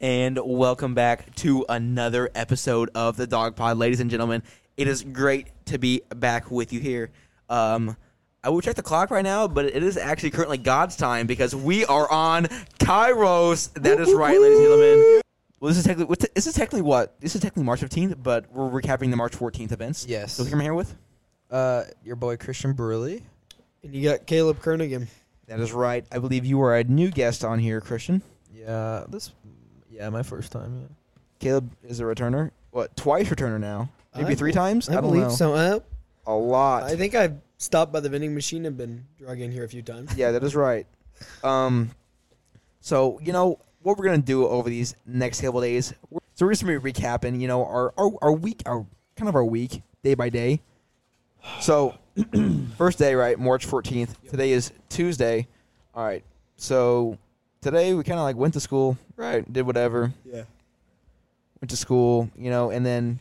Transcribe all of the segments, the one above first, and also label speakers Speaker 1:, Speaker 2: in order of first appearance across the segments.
Speaker 1: and welcome back to another episode of the Dog Pod, ladies and gentlemen. It is great to be back with you here. Um, I will check the clock right now, but it is actually currently God's time because we are on Kairos. That is right, ladies and gentlemen. Well, this is technically what's- this is technically what this is technically March fifteenth, but we're recapping the March fourteenth events.
Speaker 2: Yes.
Speaker 1: So who am I here with?
Speaker 2: Uh, your boy Christian Burley.
Speaker 3: And you got Caleb Kernigan.
Speaker 1: That is right. I believe you are a new guest on here, Christian.
Speaker 2: Yeah, this. Yeah, my first time. Yeah.
Speaker 1: Caleb is a returner. What twice returner now? Maybe
Speaker 3: I
Speaker 1: three
Speaker 3: bel-
Speaker 1: times. I,
Speaker 3: I,
Speaker 1: don't
Speaker 3: believe
Speaker 1: know.
Speaker 3: so. Uh,
Speaker 1: A lot.
Speaker 3: I think I've stopped by the vending machine and been drug in here a few times.
Speaker 1: yeah, that is right. Um, so you know what we're gonna do over these next couple days. we're- So we're just gonna be recapping, you know, our our, our week, our kind of our week, day by day. So first day, right, March fourteenth. Today is Tuesday. All right. So today we kind of like went to school, right? Did whatever.
Speaker 3: Yeah.
Speaker 1: went to school, you know, and then,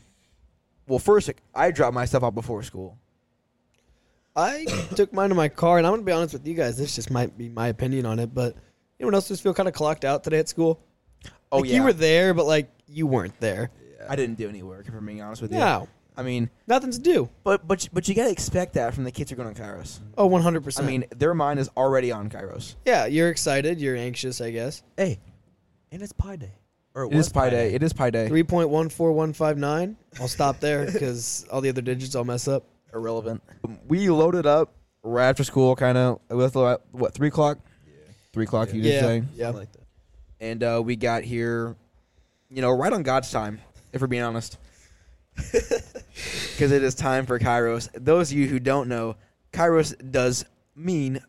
Speaker 1: well, first like, I dropped my stuff off before school.
Speaker 3: I took mine to my car, and I'm going to be honest with you guys. This just might be my opinion on it, but anyone else just feel kind of clocked out today at school?
Speaker 1: Oh
Speaker 3: like,
Speaker 1: yeah,
Speaker 3: You were there, but like you weren't there.
Speaker 1: I didn't do any work. If I'm being honest with you,
Speaker 3: No.
Speaker 1: I mean,
Speaker 3: Nothing to do.
Speaker 1: but but but you gotta expect that from the kids who are going to Kairos.
Speaker 3: Oh, 100%.
Speaker 1: I mean, their mind is already on Kairos.
Speaker 3: yeah, you're excited. You're anxious, I guess.
Speaker 2: Hey, and it's Pi Day. Or
Speaker 1: It is Pi Day. It is Pi Day.
Speaker 3: 3.14159. I'll stop there because all the other digits I'll mess up.
Speaker 1: Irrelevant. We loaded up right after school, kind of with uh, what three o'clock, three o'clock. You just
Speaker 3: yeah.
Speaker 1: say,
Speaker 3: Yeah.
Speaker 2: Like that.
Speaker 1: and uh, we got here, you know, right on God's time, if we're being honest. Because it is time for Kairos. Those of you who don't know, Kairos does mean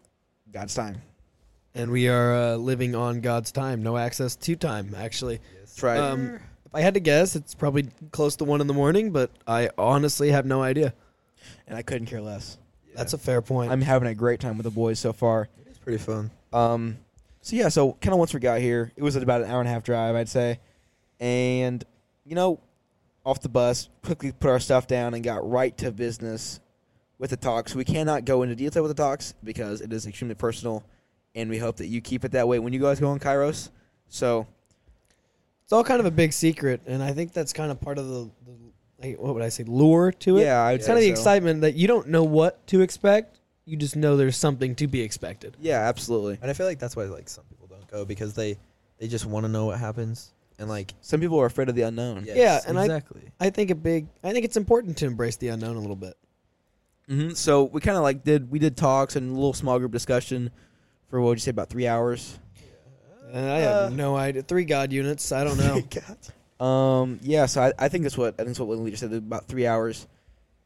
Speaker 1: God's time.
Speaker 3: And we are uh, living on God's time. No access to time, actually.
Speaker 1: That's right.
Speaker 3: Um, if I had to guess, it's probably close to one in the morning, but I honestly have no idea.
Speaker 1: and I couldn't care less.
Speaker 3: That's a fair point.
Speaker 1: I'm having a great time with the boys so far.
Speaker 2: It's pretty fun.
Speaker 1: Um, so yeah, so kind of once we got here, it was about an hour and a half drive, I'd say, and you know, off the bus, quickly put our stuff down and got right to business with the talks. We cannot go into detail with the talks because it is extremely personal, and we hope that you keep it that way when you guys go on Kairos. So
Speaker 3: it's all kind of a big secret, and I think that's kind of part of the, the like, what would I say, lure to it.
Speaker 1: yeah, I would
Speaker 3: it's
Speaker 1: say
Speaker 3: kind of the
Speaker 1: so.
Speaker 3: excitement that you don't know what to expect. You just know there's something to be expected.
Speaker 1: Yeah, absolutely.
Speaker 2: And I feel like that's why like some people don't go because they they just want to know what happens and like
Speaker 1: Some people are afraid of the unknown.
Speaker 2: yes,
Speaker 3: and I-
Speaker 2: exactly.
Speaker 3: I think a big. I think it's important to embrace the unknown a little bit.
Speaker 1: hmm So we kind of like did we did talks and a little small group discussion for what would you say about three hours.
Speaker 3: And Uh, I
Speaker 1: Uh,
Speaker 3: have no idea. Three God units. I don't know.
Speaker 1: Um, yeah, so I, I think that's what I think that's what Lincoln just said about three hours,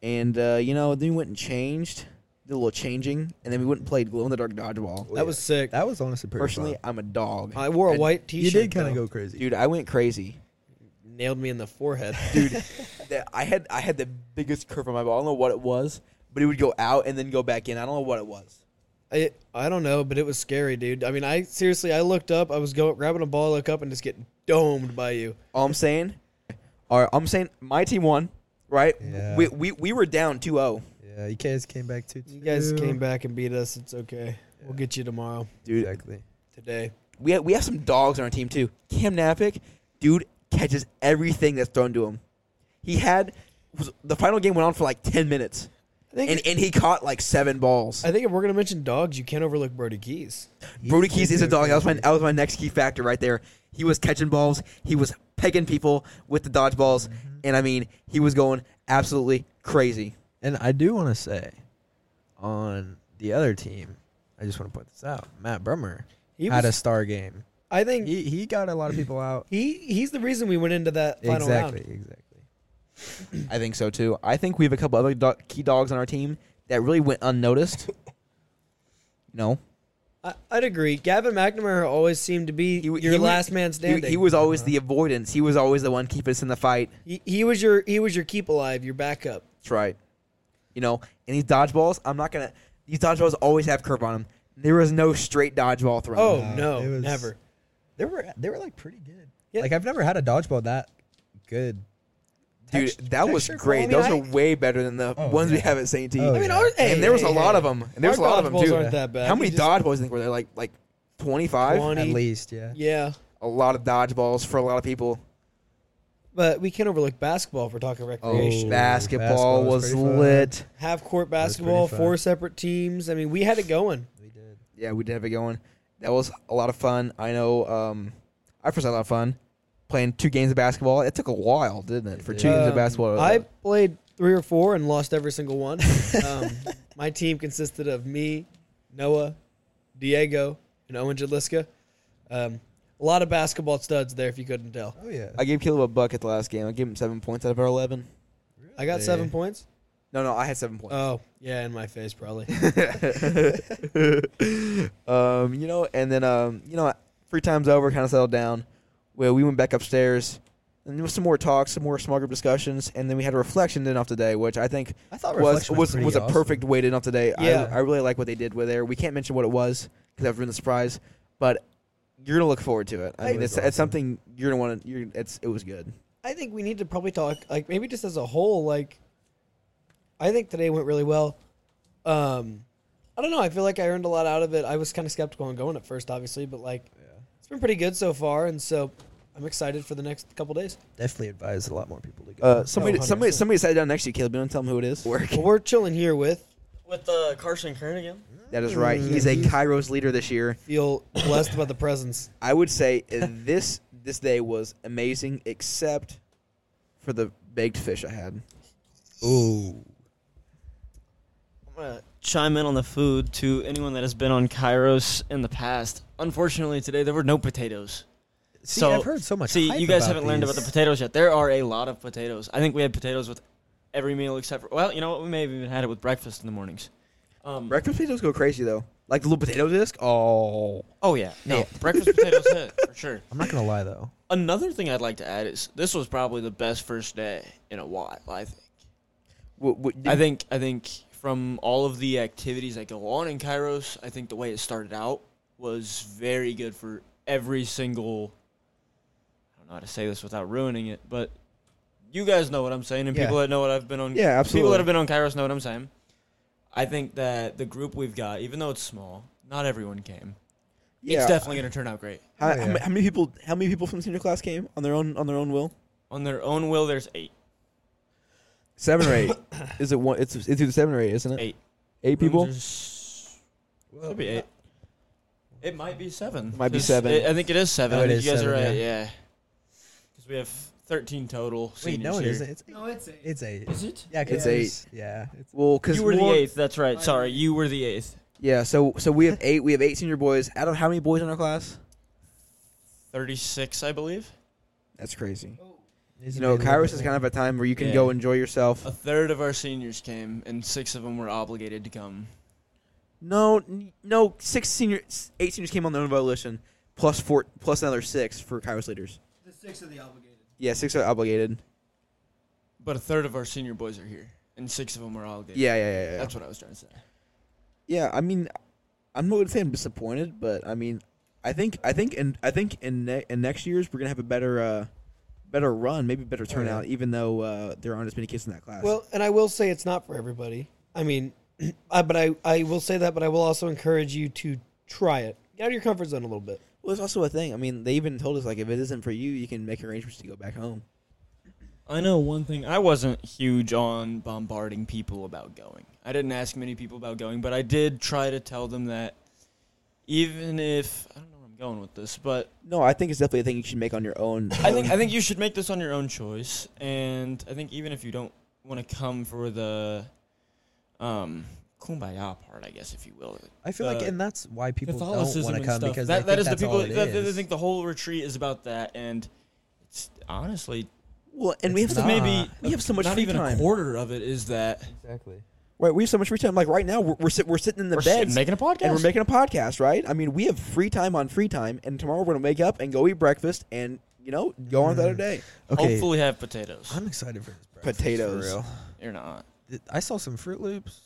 Speaker 1: and uh, you know then we went and changed, did a little changing, and then we went and played glow in the dark dodgeball.
Speaker 3: that was sick.
Speaker 2: that was honestly pretty
Speaker 1: Personally,
Speaker 2: fun.
Speaker 1: I'm a dog,
Speaker 3: Oh, I wore a
Speaker 1: Oh, And
Speaker 3: white T-shirt.
Speaker 2: you did kind
Speaker 3: though.
Speaker 2: of go crazy.
Speaker 1: dude. I went crazy,
Speaker 3: Nailed me in the forehead.
Speaker 1: dude. that I had I had the biggest curve on my ball. I don't know what it was, but it would go out and then go back in. I don't know what it was.
Speaker 3: I I don't know, but it was scary, dude. I mean, I seriously, I looked up. I was going grabbing a ball, look up, and just getting domed by you.
Speaker 1: All I'm saying, all right, I'm saying my team won, right?
Speaker 2: Yeah.
Speaker 1: We we we were down oh, 2-0.
Speaker 2: Yeah, you guys came back too.
Speaker 3: You guys came back and beat us. It's okay. We'll get you tomorrow.
Speaker 1: dude.
Speaker 2: Exactly.
Speaker 3: Today.
Speaker 1: We have, we have some dogs on our team too. Cam Napick, dude, catches everything that's thrown to him. He had was, the final game went on for like ten minutes,
Speaker 3: I think.
Speaker 1: and and he caught like seven balls.
Speaker 3: I think if we're gonna mention dogs, you can't overlook Brody Keys.
Speaker 1: Brody Keys is a dog. That was my that was my next key factor right there. He was catching balls. He was pegging people with the dodgeballs, and I mean, he was going absolutely crazy.
Speaker 2: And I do want to say, on the other team, I just want to point this out. Matt Brummer
Speaker 3: He
Speaker 2: had
Speaker 3: was-
Speaker 2: a star game.
Speaker 3: I think he,
Speaker 2: He he got a lot of people out.
Speaker 3: he's the reason we went into that final
Speaker 2: exactly,
Speaker 3: round.
Speaker 2: exactly.
Speaker 1: I think so too. I think we have a couple other do- key dogs on our team that really went unnoticed. no,
Speaker 3: I, I'd agree. Gavin McNamara always seemed to be
Speaker 1: w-
Speaker 3: your
Speaker 1: he w-
Speaker 3: last man standing.
Speaker 1: He, he was always
Speaker 2: Uh-huh.
Speaker 1: the avoidance. He was always the one keeping us in the fight.
Speaker 3: He- he was your he was your keep alive, your backup.
Speaker 1: That's right. You know, and these dodgeballs, I'm not gonna. These dodgeballs always have curve on them. There was no straight dodgeball thrown.
Speaker 3: Oh
Speaker 2: Wow,
Speaker 3: no,
Speaker 2: it was-
Speaker 3: never.
Speaker 2: They were they were like pretty good.
Speaker 3: Yeah.
Speaker 2: Like I've never had a dodgeball that good.
Speaker 1: dude,
Speaker 2: Text-
Speaker 1: that was
Speaker 2: texture
Speaker 1: great.
Speaker 2: quality,
Speaker 1: Those
Speaker 2: I-
Speaker 1: are way better than the
Speaker 2: Oh,
Speaker 1: ones we
Speaker 2: yeah.
Speaker 1: have at St. T.
Speaker 2: Oh,
Speaker 3: I mean,
Speaker 2: yeah.
Speaker 3: our, hey,
Speaker 1: and there was
Speaker 3: hey,
Speaker 1: a lot
Speaker 3: hey.
Speaker 1: of them. And there was a
Speaker 3: Our
Speaker 1: lot of them
Speaker 3: dodgeballs
Speaker 1: too.
Speaker 3: aren't that bad.
Speaker 1: How
Speaker 3: We
Speaker 1: many
Speaker 3: just-
Speaker 1: dodgeballs do you think were there? Like like 25.
Speaker 3: Twenty.
Speaker 2: At least, yeah.
Speaker 3: Yeah.
Speaker 1: a lot of dodgeballs for a lot of people.
Speaker 3: But we can't overlook basketball if we're talking
Speaker 1: Oh.
Speaker 3: recreation.
Speaker 2: Ooh,
Speaker 1: basketball
Speaker 2: Oh, basketball was
Speaker 1: was
Speaker 2: pretty fun.
Speaker 1: lit.
Speaker 3: Half court
Speaker 2: was pretty
Speaker 3: basketball,
Speaker 2: fun.
Speaker 3: four separate teams. I mean, we had it going.
Speaker 2: We did.
Speaker 1: Yeah, we did have it going. That was a lot of fun. I know. Um, I first had a lot of fun playing two games of basketball. It took a while, didn't it, for two games
Speaker 3: Um,
Speaker 1: of basketball?
Speaker 3: I played three or four and lost every single one. um, my team consisted of me, Noah, Diego, and Owen Jaliska. Um, a lot of basketball studs there, if you couldn't tell.
Speaker 2: Oh yeah.
Speaker 1: I gave Caleb a buck at the last game. I gave him seven points out of our eleven.
Speaker 3: I got seven points.
Speaker 1: No, no, I had seven points.
Speaker 3: Oh, yeah, in my face, probably.
Speaker 1: um, you know, and then um, you know, free time's over, kind of settled down. Well, we went back upstairs, and there was some more talks, some more small group discussions, and then we had a reflection dinner off today, which I think
Speaker 2: I thought
Speaker 1: was
Speaker 2: reflection
Speaker 1: was
Speaker 2: pretty
Speaker 1: was a
Speaker 2: awesome.
Speaker 1: perfect way to end off today.
Speaker 3: Yeah.
Speaker 1: I, I really like what they did with there. We can't mention what it was because I've ruined the surprise, but you're gonna look forward to it. I
Speaker 3: Hey,
Speaker 1: mean, it's,
Speaker 2: that's
Speaker 1: it's
Speaker 2: awesome.
Speaker 1: something you're gonna want to. You're it's it was good.
Speaker 3: I think we need to probably talk, like maybe just as a whole. Like, I think today went really well. Um, I don't know. I feel like I earned a lot out of it. I was kind of skeptical on going at first, obviously, but like
Speaker 2: Yeah.
Speaker 3: it's been pretty good so far, and so I'm excited for the next couple days.
Speaker 2: Definitely advise a lot more people to go.
Speaker 1: Uh, somebody,
Speaker 3: Oh,
Speaker 1: somebody,
Speaker 3: 100%.
Speaker 1: somebody sat down next to you, Caleb. You want to tell them who it is? Work.
Speaker 3: Well, we're chilling here with.
Speaker 4: With uh, Carson Kernigan.
Speaker 1: That is right. He's a Kairos leader this year.
Speaker 3: Feel blessed by the presence.
Speaker 1: I would say uh, this this day was amazing, except for the baked fish I had.
Speaker 2: Ooh.
Speaker 4: I'm gonna chime in on the food to anyone that has been on Kairos in the past. Unfortunately, today there were no potatoes.
Speaker 2: See,
Speaker 4: so
Speaker 2: I've heard so much.
Speaker 4: See,
Speaker 2: hype
Speaker 4: you guys
Speaker 2: about
Speaker 4: haven't learned about the
Speaker 2: these.
Speaker 4: potatoes yet. There are a lot of potatoes. I think we had potatoes with every meal except for well, you know what? We may have even had it with breakfast in the mornings. Um,
Speaker 1: Breakfast potatoes go crazy though, like the little potato disc. Oh,
Speaker 4: oh yeah, no
Speaker 1: Yeah.
Speaker 4: breakfast potatoes hit for sure.
Speaker 2: I'm not gonna lie though.
Speaker 4: Another thing I'd like to add is this was probably the best first day in a while. I think.
Speaker 1: What- what-
Speaker 4: I think I think from all of the activities that go on in Kairos, I think the way it started out was very good for every single. I don't know how to say this without ruining it, but you guys know what I'm saying, and
Speaker 1: Yeah.
Speaker 4: people that know what I've been on.
Speaker 1: Yeah,
Speaker 4: People
Speaker 1: absolutely.
Speaker 4: that have been on Kairos know what I'm saying. I think that the group we've got, even though it's small, not everyone came.
Speaker 1: yeah.
Speaker 4: It's definitely going to turn out great.
Speaker 1: How,
Speaker 2: Oh,
Speaker 1: how
Speaker 2: yeah.
Speaker 1: ma- how many people? How many people from senior class came on their own on their own will?
Speaker 4: On their own will, there's eight.
Speaker 1: Seven or eight? Is it one? It's it's either seven or eight, isn't it?
Speaker 4: Eight.
Speaker 1: Eight people.
Speaker 4: Rooms are s- Could be eight. It might be seven.
Speaker 1: It might be
Speaker 4: 'Cause
Speaker 1: seven.
Speaker 4: I- I think Oh, it is seven.
Speaker 2: No,
Speaker 4: I
Speaker 2: it
Speaker 4: think
Speaker 2: is
Speaker 4: you guys
Speaker 2: seven,
Speaker 4: are right.
Speaker 2: yeah.
Speaker 4: Yeah. Because we have thirteen total.
Speaker 2: Wait, no,
Speaker 4: seniors
Speaker 2: it isn't.
Speaker 4: here.
Speaker 2: It's eight.
Speaker 5: No, it's eight.
Speaker 2: It's eight.
Speaker 4: Is it?
Speaker 2: Yeah, 'cause
Speaker 1: It's
Speaker 2: there's- Yeah. It's,
Speaker 1: Well, because
Speaker 4: You were the eighth. That's right. Sorry, you were the eighth.
Speaker 1: Yeah. So so we have eight. We have eight senior boys. Out of how many boys in our class?
Speaker 4: Thirty-six, I believe.
Speaker 1: That's crazy.
Speaker 2: it's
Speaker 1: You know, Kairos is kind of a time where you can
Speaker 4: Oh. Yeah.
Speaker 1: go enjoy yourself.
Speaker 4: A third of our seniors came, and six of them were obligated to come.
Speaker 1: No, n- no. Six senior, s- eight seniors came on their own volition. Plus four, plus another six for Kairos leaders.
Speaker 5: The six of the obligated.
Speaker 1: Yeah, six are obligated.
Speaker 4: But a third of our senior boys are here, and six of them were obligated.
Speaker 1: Yeah, yeah, yeah, yeah.
Speaker 4: That's what I was trying to say.
Speaker 1: yeah, I mean, I'm not gonna say I'm disappointed, but I mean, I think, I think, and I think in ne- in next year's we're gonna have a better, uh, better run, maybe better turnout, even though uh, there aren't as many kids in that class.
Speaker 3: Well, and I will say it's not for everybody. I mean, I, but I, I will say that, but I will also encourage you to try it. Get out of your comfort zone a little bit.
Speaker 1: well, it's also a thing. I mean, they even told us like if it isn't for you, you can make arrangements to go back home.
Speaker 4: I know one thing. I wasn't huge on bombarding people about going. I didn't ask many people about going, but I did try to tell them that even if I don't know where I'm going with this, but
Speaker 1: No, I think it's definitely a thing you should make on your own.
Speaker 4: I think I think you should make this on your own choice, and I think even if you don't want to come for the um kumbaya part, I guess if you will,
Speaker 2: I feel like,
Speaker 4: uh,
Speaker 2: and that's why people don't want
Speaker 4: Catholicism
Speaker 2: to
Speaker 4: and
Speaker 2: come
Speaker 4: stuff.
Speaker 2: because
Speaker 4: that,
Speaker 2: they
Speaker 4: that
Speaker 2: think
Speaker 4: is the
Speaker 2: that's
Speaker 4: people.
Speaker 2: all it
Speaker 4: That, they
Speaker 2: is.
Speaker 4: think the whole retreat is about that, and it's honestly
Speaker 1: Well, and we have
Speaker 2: It's
Speaker 1: so
Speaker 2: not.
Speaker 4: maybe
Speaker 1: we have so much
Speaker 4: not
Speaker 1: free
Speaker 4: even
Speaker 1: time.
Speaker 4: a quarter of it is that
Speaker 2: Exactly.
Speaker 1: Right, we have so much free time. Like right now, we're we're, sit, we're sitting in the
Speaker 4: we're
Speaker 1: beds
Speaker 4: sitting making a podcast
Speaker 1: and we're making a podcast. Right? I mean, we have free time on free time, and tomorrow we're gonna wake up and go eat breakfast, and you know, go on with another day.
Speaker 2: Okay.
Speaker 4: Hopefully have potatoes.
Speaker 2: I'm excited for this breakfast. for
Speaker 1: Potatoes.
Speaker 2: real.
Speaker 4: You're not.
Speaker 2: Th- I saw some Fruit Loops.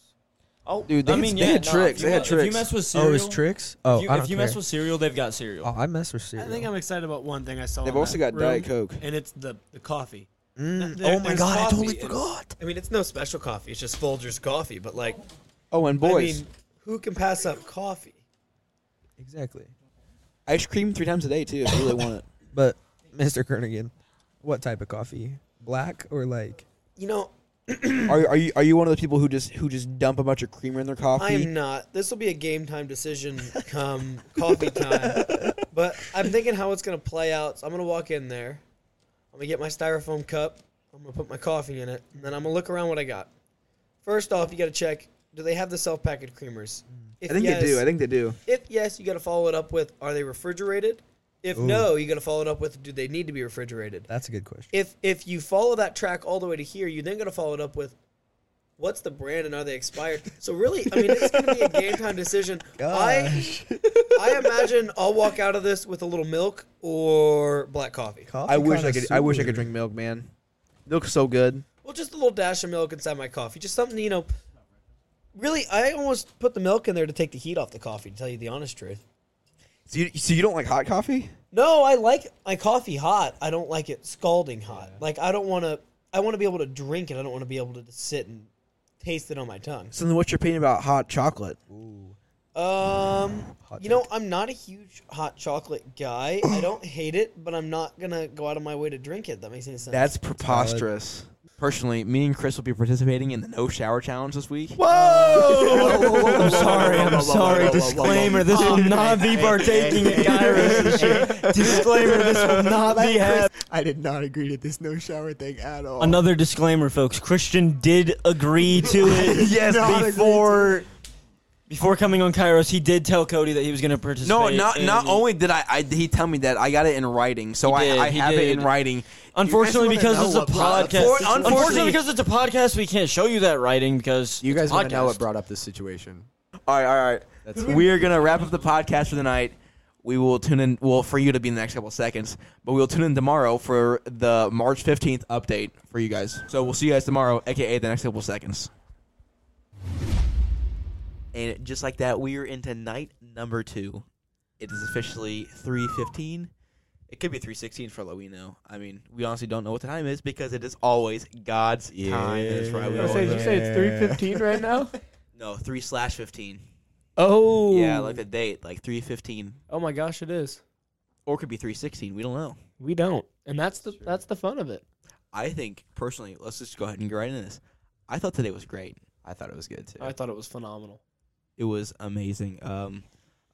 Speaker 4: Oh,
Speaker 1: Dude, they
Speaker 4: I
Speaker 1: had-
Speaker 4: mean,
Speaker 1: they
Speaker 4: yeah,
Speaker 1: had
Speaker 4: no,
Speaker 1: tricks,
Speaker 4: If you,
Speaker 1: they had
Speaker 4: mu- If
Speaker 1: tricks.
Speaker 4: you mess with
Speaker 2: Oh,
Speaker 4: cereal,
Speaker 2: it was tricks. Oh,
Speaker 4: if you,
Speaker 2: I don't
Speaker 4: if you
Speaker 2: care.
Speaker 4: mess with cereal, they've got cereal.
Speaker 2: oh, I mess with cereal.
Speaker 5: I think I'm excited about one thing I saw.
Speaker 1: They've
Speaker 5: in
Speaker 1: also
Speaker 5: that
Speaker 1: got Diet
Speaker 5: room,
Speaker 4: Oh.
Speaker 1: Coke.
Speaker 5: and it's the the coffee.
Speaker 2: Mm.
Speaker 5: There-
Speaker 2: oh my
Speaker 5: there's
Speaker 2: god, I
Speaker 5: coffee in
Speaker 2: totally
Speaker 5: it.
Speaker 2: forgot.
Speaker 3: I mean, it's no special coffee. It's just Folgers coffee, but like,
Speaker 1: Oh, and boys,
Speaker 3: I mean, who can pass up coffee?
Speaker 2: Exactly.
Speaker 1: Ice cream three times a day too. If you really want it.
Speaker 6: But Mr. Kernigan, what type of coffee? Black or like?
Speaker 7: You know,
Speaker 1: Are, are you are you one of those people who just who just dump a bunch of creamer in their coffee?
Speaker 7: I am not. This will be a game time decision come coffee time. But I'm thinking how it's going to play out. So I'm going to walk in there. I'm going to get my styrofoam cup. I'm going to put my coffee in it. And then I'm going to look around what I got. First off, you got to check do they have the self packaged creamers?
Speaker 2: Mm.
Speaker 7: If yes-
Speaker 1: think they do.
Speaker 7: if yes, you got to follow it up with are they refrigerated? If
Speaker 6: Ooh.
Speaker 7: no, you got to follow it up with do they need to be refrigerated?
Speaker 6: That's a good question.
Speaker 7: if if you follow that track all the way to here, you then got to follow it up with what's the brand and are they expired? So really, I mean, it's going to be a game time decision. I I imagine I'll walk out of this with a little milk or black coffee.
Speaker 6: Coffee
Speaker 1: I wish I could. I wish I could drink milk, man. Milk's so good.
Speaker 7: Well, just a little dash of milk inside my coffee. Just something, you know. Really, I almost put the milk in there to take the heat off the coffee. To tell you the honest truth.
Speaker 1: So you, so you don't like hot coffee?
Speaker 7: No, I like my coffee hot. I don't like it scalding hot. Like I don't want to. I want to be able to drink it. I don't want to be able to just sit and taste it on my tongue.
Speaker 1: So then, what's your opinion about hot chocolate?
Speaker 6: Ooh,
Speaker 7: Um,
Speaker 6: hot
Speaker 7: you know,
Speaker 6: take.
Speaker 7: I'm not a huge hot chocolate guy. I don't hate it, but I'm not gonna go out of my way to drink it. That makes any sense.
Speaker 1: That's preposterous. Personally, me and Chris will be participating in the no shower challenge this week. Um,
Speaker 4: Whoa! I'm sorry. I'm sorry. Disclaimer: This will not be partaking in Kairos this year. Disclaimer: This will not be happening.
Speaker 2: I did not agree to this no shower thing at all.
Speaker 4: Another disclaimer, folks. Christian did agree to it.
Speaker 2: Yes, not agree
Speaker 4: before before coming on Kairos, he did tell Cody that he was going to participate.
Speaker 1: No, not
Speaker 4: and
Speaker 1: not
Speaker 4: he-
Speaker 1: only did I, I he tell me that I got it in writing, so
Speaker 4: He
Speaker 1: I,
Speaker 4: did,
Speaker 1: I
Speaker 4: he
Speaker 1: have it in
Speaker 4: did.
Speaker 1: writing.
Speaker 4: Unfortunately,
Speaker 2: You guys wanna
Speaker 4: because it's
Speaker 2: know
Speaker 4: a
Speaker 2: what brought
Speaker 4: podcast.
Speaker 2: up
Speaker 1: For-
Speaker 4: this-
Speaker 1: unfortunately-
Speaker 4: unfortunately, because it's a podcast, we can't show you that writing because
Speaker 2: You guys
Speaker 4: it's a
Speaker 2: want to know
Speaker 4: podcast.
Speaker 2: what brought up this situation?
Speaker 1: All right, all right.
Speaker 2: That's
Speaker 1: we are gonna wrap up the podcast for the night. We will tune in. Well, for you to be in the next couple of seconds, but we'll tune in tomorrow for the March fifteenth update for you guys. So we'll see you guys tomorrow, aka the next couple of seconds. And just like that, we are into night number two. It is officially three fifteen. It could be three sixteen for all we know. I mean, we honestly don't know what the time is because it is always God's time. That's right. we
Speaker 2: Yeah.
Speaker 1: all
Speaker 2: Say-
Speaker 1: know.
Speaker 2: you say it's 3:15
Speaker 3: right now?
Speaker 1: No, three slash fifteen.
Speaker 3: Oh.
Speaker 1: Yeah, like the date, like three fifteen,
Speaker 3: Oh my gosh, it is.
Speaker 1: or it could be three sixteen. We don't know.
Speaker 3: We don't, and that's the that's the fun of it.
Speaker 1: I think personally, let's just go ahead and get right into this. I thought today was great.
Speaker 2: I thought it was good too.
Speaker 3: I thought it was phenomenal.
Speaker 1: It was amazing. Um,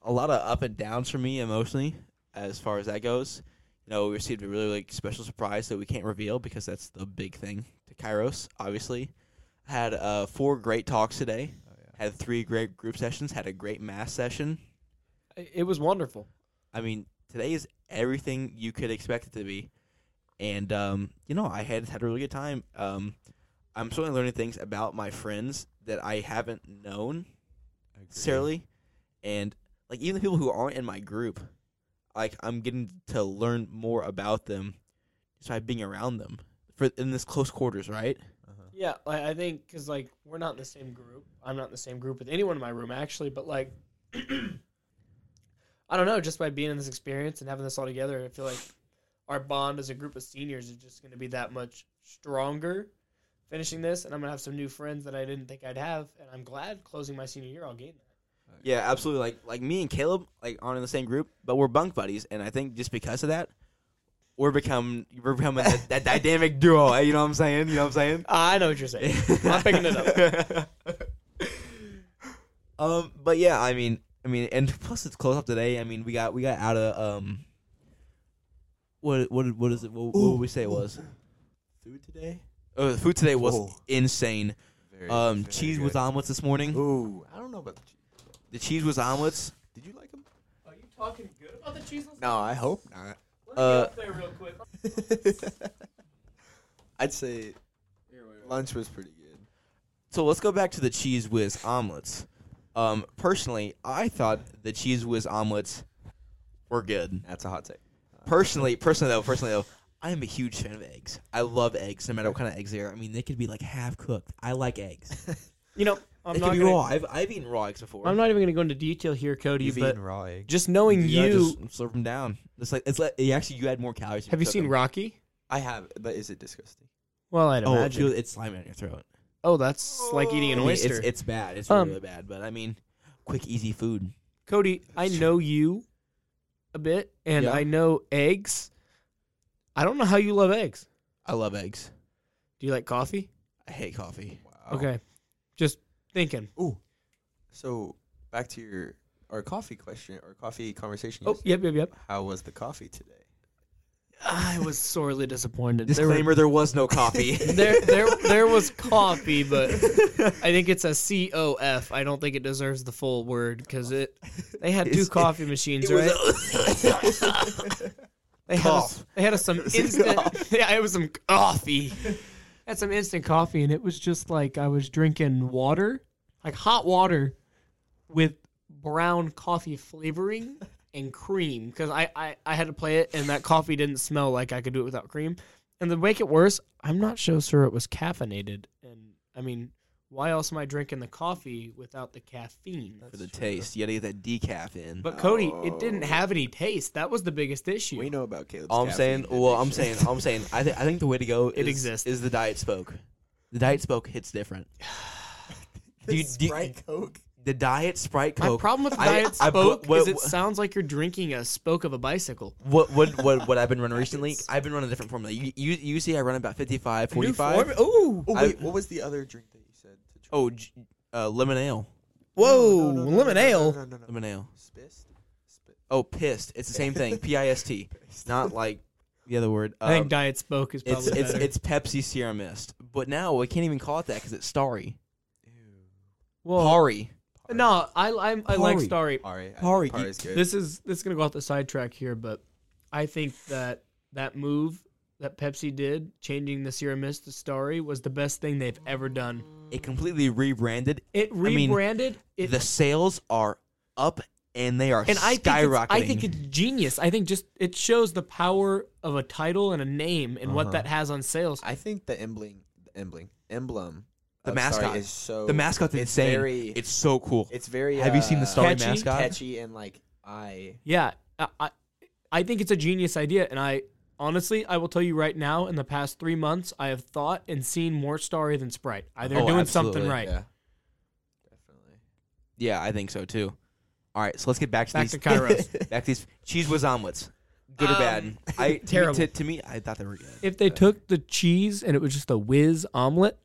Speaker 1: a lot of up and downs for me emotionally, as far as that goes. You know, we received a really like special surprise that we can't reveal because that's the big thing to Kairos. Obviously, had uh, four great talks today. Had three great group sessions. Had a great mass session.
Speaker 3: I- It was wonderful.
Speaker 1: I mean, today is everything you could expect it to be, and um, you know, I had had a really good time. Um, I'm certainly learning things about my friends that I haven't known necessarily, and like even the people who aren't in my group, like I'm getting to learn more about them just by being around them for in this close quarters, right?
Speaker 3: Yeah, like, I think because like we're not in the same group. I'm not in the same group with anyone in my room actually, but like, I don't know. Just by being in this experience and having this all together, I feel like our bond as a group of seniors is just going to be that much stronger. Finishing this, and I'm gonna have some new friends that I didn't think I'd have, and I'm glad closing my senior year, I'll gain that.
Speaker 1: Yeah, absolutely. Like like me and Caleb like aren't in the same group, but we're bunk buddies, and I think just because of that, we're become we're becoming that, that dynamic duo. eh, You know what I'm saying? You know what I'm
Speaker 3: I know what you're saying.
Speaker 1: saying?
Speaker 3: I'm picking it up.
Speaker 1: um, but yeah, I mean, I mean, and plus it's close up today. I mean, we got we got out of um. What what what is it? What, what would we say it was?
Speaker 2: Food today?
Speaker 1: Oh, the food today was
Speaker 2: Oh.
Speaker 1: insane. Um, cheese with omelets this morning.
Speaker 2: Ooh, I don't know about the cheese.
Speaker 1: The cheese was omelets.
Speaker 2: Did you like them?
Speaker 3: Are you talking good about the cheese?
Speaker 2: No, I hope not.
Speaker 1: me
Speaker 3: Let
Speaker 1: uh, get up
Speaker 3: there real quick.
Speaker 2: I'd say lunch was pretty good.
Speaker 1: So let's go back to the cheese whiz omelets. Um, personally, I thought the cheese whiz omelets were good.
Speaker 2: That's a hot take.
Speaker 1: Personally, personally though, personally though, I am a huge fan of eggs. I love eggs, no matter what kind of eggs they are. I mean, they could be like half cooked. I like eggs.
Speaker 3: You know, I'm
Speaker 1: they
Speaker 3: not
Speaker 1: could be
Speaker 3: gonna,
Speaker 1: raw. I've, I've eaten raw eggs before.
Speaker 3: I'm not even gonna go into detail here, Cody.
Speaker 6: You've
Speaker 3: but
Speaker 6: eaten raw egg.
Speaker 3: just knowing
Speaker 1: Yeah,
Speaker 3: you,
Speaker 1: just slurp them down. It's like it's like you actually you add more calories. if
Speaker 3: have you
Speaker 1: cook
Speaker 3: seen
Speaker 1: them.
Speaker 3: Rocky?
Speaker 2: I have, but is it disgusting?
Speaker 3: Well, I'd
Speaker 1: Oh, it
Speaker 3: imagine.
Speaker 1: feels- it's slimy on your throat.
Speaker 3: oh, that's like eating
Speaker 1: I
Speaker 3: an
Speaker 1: mean,
Speaker 3: oyster.
Speaker 1: It's, it's bad. It's
Speaker 3: Um,
Speaker 1: really bad. But I mean, quick, easy food.
Speaker 3: Cody, I know you a bit, and
Speaker 1: Yeah.
Speaker 3: I know eggs. I don't know how you love eggs.
Speaker 1: I love eggs.
Speaker 3: Do you like coffee?
Speaker 1: I hate coffee.
Speaker 2: Wow.
Speaker 3: Okay, just thinking.
Speaker 2: So back to your our coffee question, our coffee conversation.
Speaker 3: Oh, yep, yep, yep.
Speaker 2: How was the coffee today?
Speaker 3: I was sorely disappointed. There were-
Speaker 1: Disclaimer: There was no coffee.
Speaker 3: there there there was coffee, but I think it's a C O F. I don't think it deserves the full word because it they had two
Speaker 1: It's-
Speaker 3: coffee machines,
Speaker 1: It was
Speaker 3: right?
Speaker 1: a-
Speaker 3: they had us, they had us some instant. yeah, it was some coffee. had some instant coffee, and it was just like I was drinking water, like hot water, with brown coffee flavoring and cream because I, I I had to play it, and that coffee didn't smell like I could do it without cream. And to make it worse, I'm not so sure it was caffeinated. And I mean, why else am I drinking the coffee without the caffeine?
Speaker 1: for the taste. You gotta get that decaf in.
Speaker 3: But Cody, it didn't have any taste. That was the biggest issue.
Speaker 2: We know about Caleb's.
Speaker 1: all I'm saying,
Speaker 2: caffeine
Speaker 1: well, I'm
Speaker 2: addiction.
Speaker 1: saying, I'm saying, I think I think the way to go is,
Speaker 3: It exists.
Speaker 1: is the diet spoke. The diet spoke hits different.
Speaker 2: The
Speaker 1: Dude, do-
Speaker 2: Sprite Coke.
Speaker 1: The diet Sprite
Speaker 3: My
Speaker 1: Coke.
Speaker 3: problem with
Speaker 1: I-
Speaker 3: diet
Speaker 1: I bu-
Speaker 3: spoke
Speaker 1: what-
Speaker 3: is it
Speaker 1: what-
Speaker 3: sounds like you're drinking a spoke of a bicycle.
Speaker 1: what what what what I've been running recently? I've been running a different formula. You you, you see, I run about 55, 45.
Speaker 7: Ooh.
Speaker 2: Oh
Speaker 1: I-
Speaker 2: wait, what was the other drink that you said? To try?
Speaker 1: Oh, j- uh, lemon ale,
Speaker 7: Whoa.
Speaker 2: No, no, no, no,
Speaker 7: lemon
Speaker 2: no, no,
Speaker 7: ale.
Speaker 2: No, no, no, no.
Speaker 1: lemon ale.
Speaker 2: Spist. Spit.
Speaker 1: Oh, pissed. It's the same thing. P I S T. Not like the other word.
Speaker 3: I think
Speaker 1: Um,
Speaker 3: diet spoke is
Speaker 1: it's
Speaker 3: probably
Speaker 1: it's
Speaker 3: better.
Speaker 1: it's Pepsi Sierra Mist, but now we can't even call it that because it's Starry. Pari.
Speaker 3: no, I I'm, I like
Speaker 1: Pari.
Speaker 3: Starry.
Speaker 2: Pari. I-
Speaker 1: Pari.
Speaker 2: Pari's good.
Speaker 3: This is this is gonna go off the sidetrack here, but I think that that move that Pepsi did, changing the Sierra Mist to Starry, was the best thing they've ever done.
Speaker 1: It completely rebranded.
Speaker 3: It
Speaker 1: mean,
Speaker 3: rebranded mm. it,
Speaker 1: the sales are up and they are
Speaker 3: and I think
Speaker 1: skyrocketing.
Speaker 3: it's, I think it's genius. I think just it shows the power of a title and a name and
Speaker 1: Uh-huh.
Speaker 3: what that has on sales.
Speaker 2: I think the emblem, the emblem, emblem.
Speaker 1: The
Speaker 2: of Starry
Speaker 1: mascot.
Speaker 2: is so
Speaker 1: the mascot's
Speaker 2: it's
Speaker 1: insane.
Speaker 2: Very,
Speaker 1: it's so cool.
Speaker 2: it's very.
Speaker 1: Have you seen the
Speaker 2: uh,
Speaker 1: Starry
Speaker 3: Catchy?
Speaker 1: mascot?
Speaker 2: Catchy and like I.
Speaker 3: Yeah, I, I, I think it's a genius idea, and I honestly, I will tell you right now, in the past three months, I have thought and seen more Starry than Sprite. I, they're
Speaker 1: Oh,
Speaker 3: doing
Speaker 1: absolutely,
Speaker 3: something right.
Speaker 2: Yeah. Definitely.
Speaker 1: Yeah, I think so too. All right, so let's get back to
Speaker 3: Back
Speaker 1: these.
Speaker 3: to Kairos.
Speaker 1: back to these cheese whiz omelets. Good or bad?
Speaker 3: Um,
Speaker 1: I
Speaker 3: terrible.
Speaker 1: To, to me, I thought they were good.
Speaker 3: If they took the cheese and it was just a whiz omelet,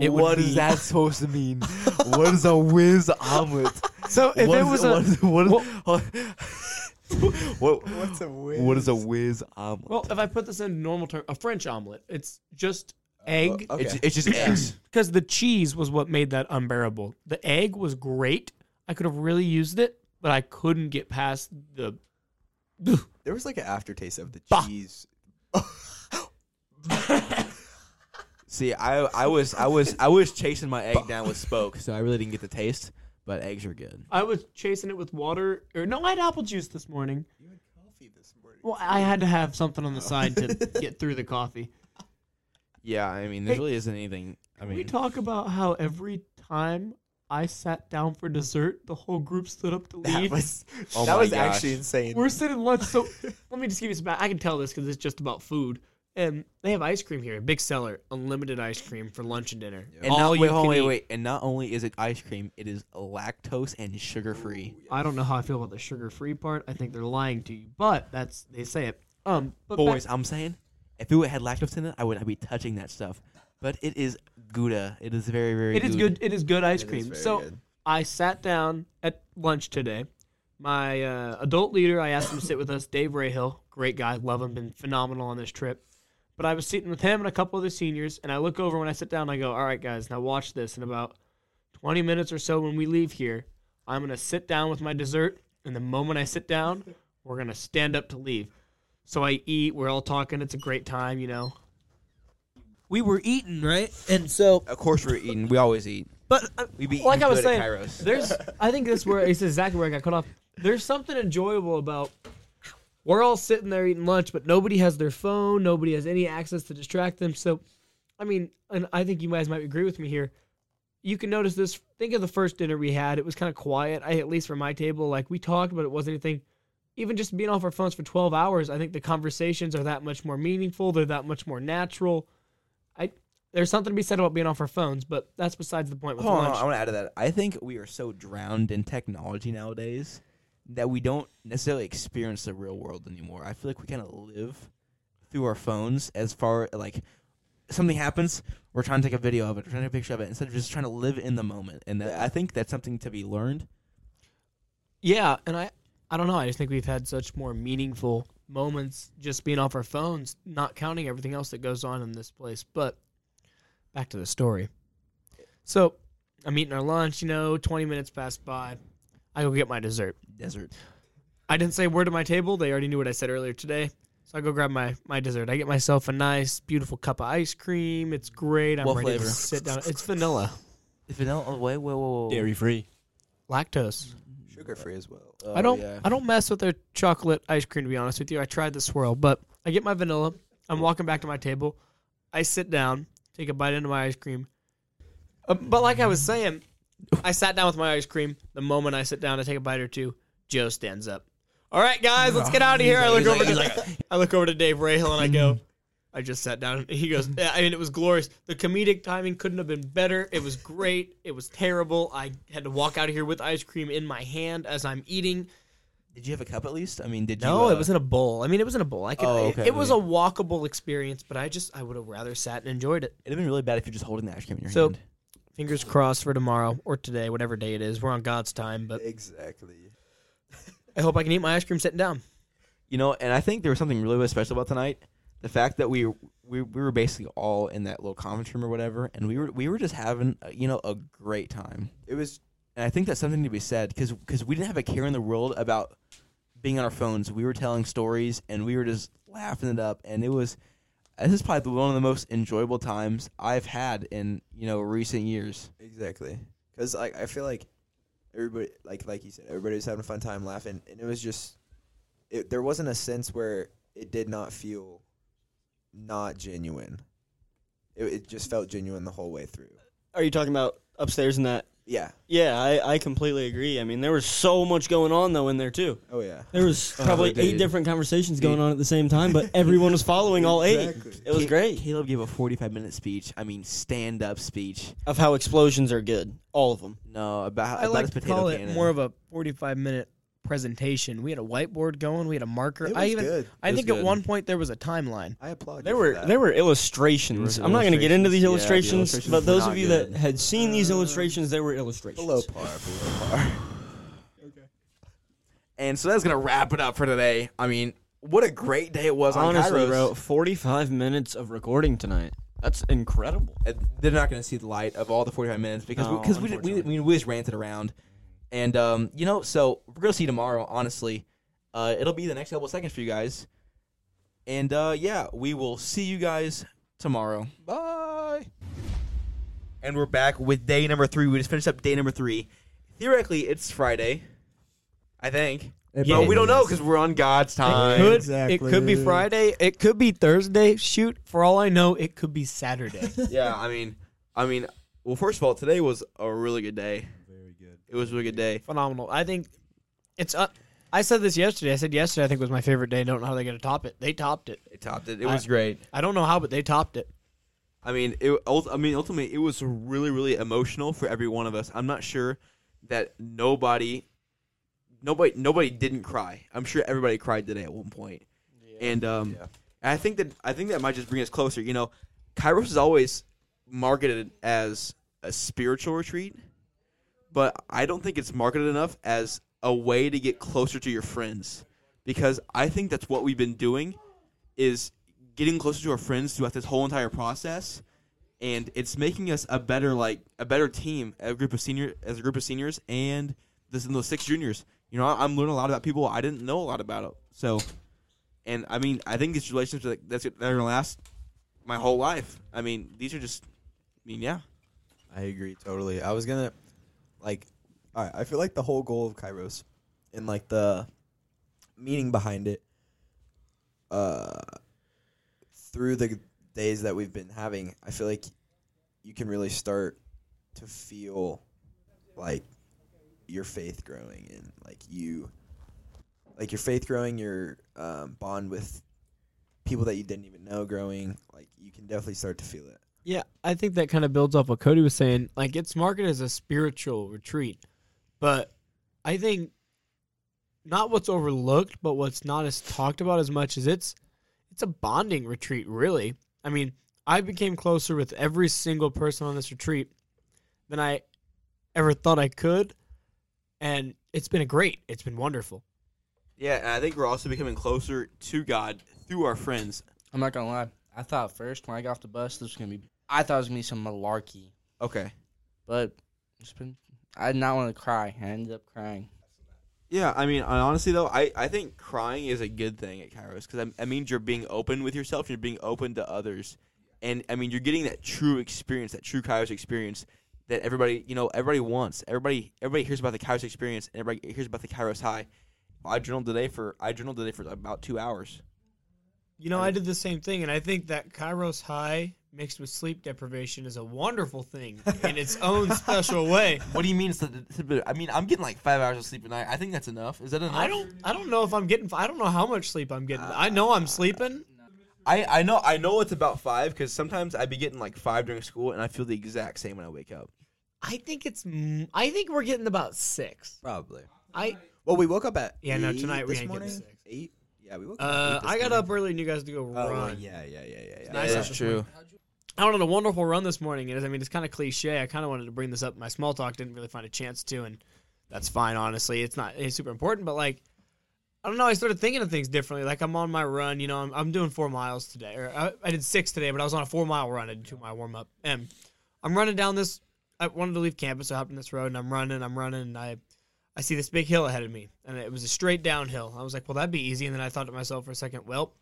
Speaker 3: it would
Speaker 1: What is
Speaker 3: be-
Speaker 1: that supposed to mean? what is a whiz omelet?
Speaker 3: So if
Speaker 1: What
Speaker 3: it
Speaker 1: is-
Speaker 3: was a
Speaker 1: what is, what is, what,
Speaker 2: What's a whiz?
Speaker 1: what is a whiz omelet?
Speaker 3: well, if I put this in normal term, a French omelet, it's just egg
Speaker 2: Okay.
Speaker 1: it's, it's just eggs.
Speaker 3: because the cheese was what made that unbearable. The egg was great. I could have really used it, but I couldn't get past the.
Speaker 2: there was like an aftertaste of the
Speaker 1: Ah.
Speaker 2: cheese.
Speaker 1: See, I I was I was I was chasing my egg down with spoke, so I really didn't get the taste. But eggs are good.
Speaker 3: I was chasing it with water, or no, I had apple juice this morning.
Speaker 2: You had coffee this morning.
Speaker 3: Well, I had to have something on the side to get through the coffee.
Speaker 1: Yeah, I mean, there
Speaker 3: Hey,
Speaker 1: really isn't anything. I
Speaker 3: we
Speaker 1: mean,
Speaker 3: talk about how every time I sat down for dessert, the whole group stood up to
Speaker 2: That
Speaker 3: leave.
Speaker 2: was,
Speaker 1: Oh
Speaker 2: that
Speaker 1: my
Speaker 2: was
Speaker 1: gosh.
Speaker 2: actually insane.
Speaker 3: We're sitting lunch, so let me just give you some. back- I can tell this because it's just about food. And they have ice cream here, big seller, unlimited ice cream for lunch and dinner.
Speaker 1: and
Speaker 3: All
Speaker 1: not,
Speaker 3: you
Speaker 1: wait, hold
Speaker 3: can
Speaker 1: on, wait,
Speaker 3: eat.
Speaker 1: wait, and not only is it ice cream, it is lactose and sugar free.
Speaker 3: I don't know how I feel about the sugar-free part. I think they're lying to you, but that's they say it. Um, but back-
Speaker 1: Boys, I'm saying, if it had lactose in it, I would not be touching that stuff. But it is Gouda. It is very, very.
Speaker 3: It is good. It is good ice
Speaker 2: is
Speaker 3: cream.
Speaker 2: very
Speaker 3: So
Speaker 2: good.
Speaker 3: I sat down at lunch today. My uh, adult leader, I asked him to sit with us. Dave Rahill, great guy, love him, been phenomenal on this trip. But I was sitting with him and a couple other seniors, and I look over when I sit down. I go, "All right, guys, now watch this." In about 20 minutes or so, when we leave here, I'm gonna sit down with my dessert. And the moment I sit down, we're gonna stand up to leave. So I eat. We're all talking. It's a great time, you know. We were eating, right? And so
Speaker 1: Of course, we're eating. We always eat.
Speaker 3: but uh,
Speaker 1: We be
Speaker 3: like
Speaker 1: eating
Speaker 3: I was
Speaker 1: good
Speaker 3: saying,
Speaker 1: at Kairos.
Speaker 3: there's I think that's where it's exactly where I got cut off. There's something enjoyable about we're all sitting there eating lunch, but nobody has their phone, nobody has any access to distract them. So, I mean, and I think you guys might agree with me here. You can notice this. Think of the first dinner we had; it was kind of quiet. I at least for my table, like we talked, but it wasn't anything. Even just being off our phones for 12 hours, I think the conversations are that much more meaningful. They're that much more natural. I there's something to be said about being off our phones, but that's besides the point with
Speaker 1: Hold on,
Speaker 3: lunch.
Speaker 1: I want to add to that. I think we are so drowned in technology nowadays that we don't necessarily experience the real world anymore. I feel like we kind of live through our phones as far like something happens, we're trying to take a video of it, we're trying to take a picture of it instead of just trying to live in the moment. And that, I think that's something to be learned.
Speaker 3: Yeah, and I I don't know. I just think we've had such more meaningful moments just being off our phones, not counting everything else that goes on in this place. But back to the story. So I'm eating our lunch, you know, 20 minutes pass by. I go get my dessert.
Speaker 1: Desert.
Speaker 3: I didn't say a word at my table. They already knew what I said earlier today. So I go grab my, my dessert. I get myself a nice, beautiful cup of ice cream. It's great. I'm
Speaker 1: What
Speaker 3: ready
Speaker 1: flavor?
Speaker 3: to sit down. It's vanilla,
Speaker 1: Vanilla. Oh, wait, whoa, whoa, whoa.
Speaker 4: Dairy free.
Speaker 3: lactose.
Speaker 2: Sugar free as well. Oh,
Speaker 3: I don't
Speaker 1: Oh, yeah.
Speaker 3: I don't mess with their chocolate ice cream to be honest with you. I tried the swirl, but I get my vanilla. I'm walking back to my table. I sit down, take a bite into my ice cream. Uh, but like I was saying, I sat down with my ice cream. The moment I sit down to take a bite or two, Joe stands up. All right, guys, let's get out of here. I look over to I look over to Dave Rahal and I go. I just sat down. He goes. "Yeah, I mean, it was glorious. The comedic timing couldn't have been better. It was great. It was terrible. I had to walk out of here with ice cream in my hand as I'm eating.
Speaker 1: Did you have a cup at least? I mean, did you?
Speaker 3: No,
Speaker 1: uh,
Speaker 3: it was in a bowl. I mean, it was in a bowl. I could,
Speaker 1: Oh, okay.
Speaker 3: it was a walkable experience, but I just I would have rather sat and enjoyed it.
Speaker 1: It'd have been really bad if you're just holding the ice cream in your
Speaker 3: So-
Speaker 1: hand.
Speaker 3: Fingers crossed for tomorrow or today, whatever day it is. We're on God's time, but
Speaker 2: Exactly.
Speaker 3: I hope I can eat my ice cream sitting down.
Speaker 1: You know, and I think there was something really, really special about tonight. The fact that we we, we were basically all in that little conference room or whatever, and we were we were just having uh, you know a great time.
Speaker 2: It was
Speaker 1: And I think that's something to be said because we didn't have a care in the world about being on our phones. We were telling stories and we were just laughing it up, and it was this is probably one of the most enjoyable times I've had in you know recent years.
Speaker 2: exactly because like I feel like everybody like like you said everybody was having a fun time laughing and it was just it, there wasn't a sense where it did not feel not genuine. It, it just felt genuine the whole way through.
Speaker 4: Are you talking about upstairs in that?
Speaker 2: Yeah.
Speaker 4: Yeah, I, I completely agree. I mean, there was so much going on though in there too.
Speaker 2: Oh yeah.
Speaker 4: There was probably eight
Speaker 1: dude.
Speaker 4: different conversations going on at the same time, but everyone was following all eight.
Speaker 2: Exactly.
Speaker 4: It was
Speaker 1: Ca-
Speaker 4: great.
Speaker 1: Caleb gave a forty-five minute speech. I mean, stand-up speech.
Speaker 4: Of how explosions are good, all of them.
Speaker 1: No, about
Speaker 3: I
Speaker 1: about
Speaker 3: like
Speaker 1: his
Speaker 3: to
Speaker 1: potato
Speaker 3: call
Speaker 1: cannon.
Speaker 3: it more of a 45 minute presentation. We had a whiteboard going. We had a marker.
Speaker 2: It was
Speaker 3: I even
Speaker 2: good.
Speaker 3: I
Speaker 1: It was
Speaker 3: think at
Speaker 1: good.
Speaker 3: one point there was a timeline.
Speaker 2: I applaud.
Speaker 4: There
Speaker 2: you
Speaker 4: were
Speaker 2: for that.
Speaker 4: there were illustrations.
Speaker 1: There were
Speaker 4: I'm not going to get into these
Speaker 1: illustrations. Yeah, the illustrations
Speaker 4: illustrations, but
Speaker 1: were
Speaker 4: those
Speaker 1: not
Speaker 4: of you
Speaker 1: good. Uh,
Speaker 4: that had seen these illustrations, they were illustrations.
Speaker 2: below par. Below par.
Speaker 1: And so that's gonna wrap it up for today. I mean, what a great day it was on
Speaker 4: Honestly,
Speaker 1: Kairos.
Speaker 4: bro, 45 minutes of recording tonight. That's incredible.
Speaker 1: Uh, They're not gonna see the light of all the forty-five minutes because
Speaker 4: No,
Speaker 1: because we, did- we, we, I mean, we just ranted around, and um, you know, so we're gonna see you tomorrow. Honestly, uh, it'll be the next couple of seconds for you guys, and uh, yeah, we will see you guys tomorrow. Bye. And we're back with day number three. We just finished up day number three. Theoretically, it's Friday, I think.
Speaker 6: Yeah,
Speaker 1: but we don't know because we're on God's time.
Speaker 3: Could, It
Speaker 6: Exactly.
Speaker 3: could be Friday. It could be Thursday. Shoot, for all I know, it could be Saturday.
Speaker 1: yeah, I mean, I mean, well, first of all, today was a really good day. Very good. It was a really good day.
Speaker 3: phenomenal. I think it's. Uh, I said this yesterday. I said yesterday. I think was my favorite day. I don't know how they're going to top it. They topped it.
Speaker 1: It topped it. It was great.
Speaker 3: I don't know how, but they topped it.
Speaker 1: I mean, it. ult- I mean, ultimately, it was really, really emotional for every one of us. I'm not sure that nobody, nobody, nobody didn't cry. I'm sure everybody cried today at one point. And um, and I think that I think that might just bring us closer. You know, Kairos is always marketed as a spiritual retreat, but I don't think it's marketed enough as a way to get closer to your friends because I think that's what we've been doing is getting closer to our friends throughout this whole entire process and it's making us a better like a better team a group of senior as a group of seniors and this and those six juniors you know I, i'm learning a lot about people i didn't know a lot about so and i mean i think these relationships are, like, that's they're gonna last my whole life i mean these are just i mean yeah
Speaker 2: I agree totally. I was gonna like all right, I feel like the whole goal of Kairos and like the meaning behind it uh through the days that we've been having, I feel like you can really start to feel like your faith growing and like you like your faith growing, your um, bond with people that you didn't even know growing, like you can definitely start to feel it.
Speaker 3: Yeah, I think that kind of builds off what Cody was saying. Like it's marketed as a spiritual retreat, but I think not what's overlooked, but what's not as talked about as much is it's it's a bonding retreat, really. I mean, I became closer with every single person on this retreat than I ever thought I could, and it's been a great. It's been wonderful.
Speaker 1: Yeah, and I think we're also becoming closer to God through our friends.
Speaker 8: I'm not gonna lie. I thought first when I got off the bus, this was gonna be. I thought it was gonna be some malarkey,
Speaker 1: Okay.
Speaker 8: but it's been. I did not want to cry. I ended up crying.
Speaker 1: Yeah, I mean, and honestly though, I, I think crying is a good thing at Kairos because I, I mean you're being open with yourself, you're being open to others, and I mean you're getting that true experience, that true Kairos experience that everybody you know everybody wants. Everybody everybody hears about the Kairos experience, and everybody hears about the Kairos high. I journaled today for I journaled today for about two hours.
Speaker 3: You know, I did the same thing, and I think that Kairos high mixed with sleep deprivation is a wonderful thing in its own special way.
Speaker 1: What do you mean? It's the, it's the- I mean, I'm getting like five hours of sleep a night. I think that's enough. Is that enough?
Speaker 3: I don't, I don't know if I'm getting, I don't know how much sleep I'm getting. I know I'm sleeping.
Speaker 1: I, I know I know it's about five because sometimes I be getting like five during school and I feel the exact same when I wake up.
Speaker 3: I think it's, m- I think we're getting about six.
Speaker 2: Probably.
Speaker 3: I,
Speaker 2: Well, we woke up at
Speaker 3: Yeah, no, tonight
Speaker 2: eight
Speaker 3: we
Speaker 2: this
Speaker 3: ain't getting
Speaker 2: morning.
Speaker 3: six.
Speaker 2: Eight. Yeah, we woke up. at
Speaker 3: uh,
Speaker 2: eight this
Speaker 3: I got
Speaker 2: morning.
Speaker 3: up early and you guys had to go
Speaker 2: Oh,
Speaker 3: run.
Speaker 2: yeah, yeah, yeah, yeah, yeah.
Speaker 3: Nice.
Speaker 1: that's true.
Speaker 3: I went on a wonderful run this morning, and I mean, it's kind of cliche. I kind of wanted to bring this up. in My small talk didn't really find a chance to, and that's fine. Honestly, it's not it's super important, but like, I don't know. I started thinking of things differently. Like I'm on my run. You know, I'm, I'm doing four miles today, or I, I did six today, but I was on a four mile run. I did two mile warm up, and I'm running down this. I wanted to leave campus, so I hopped in this road, and I'm running, I'm running, and I. I see this big hill ahead of me, and it was a straight downhill. I was like, "Well, that'd be easy." And then I thought to myself for a second, "Well,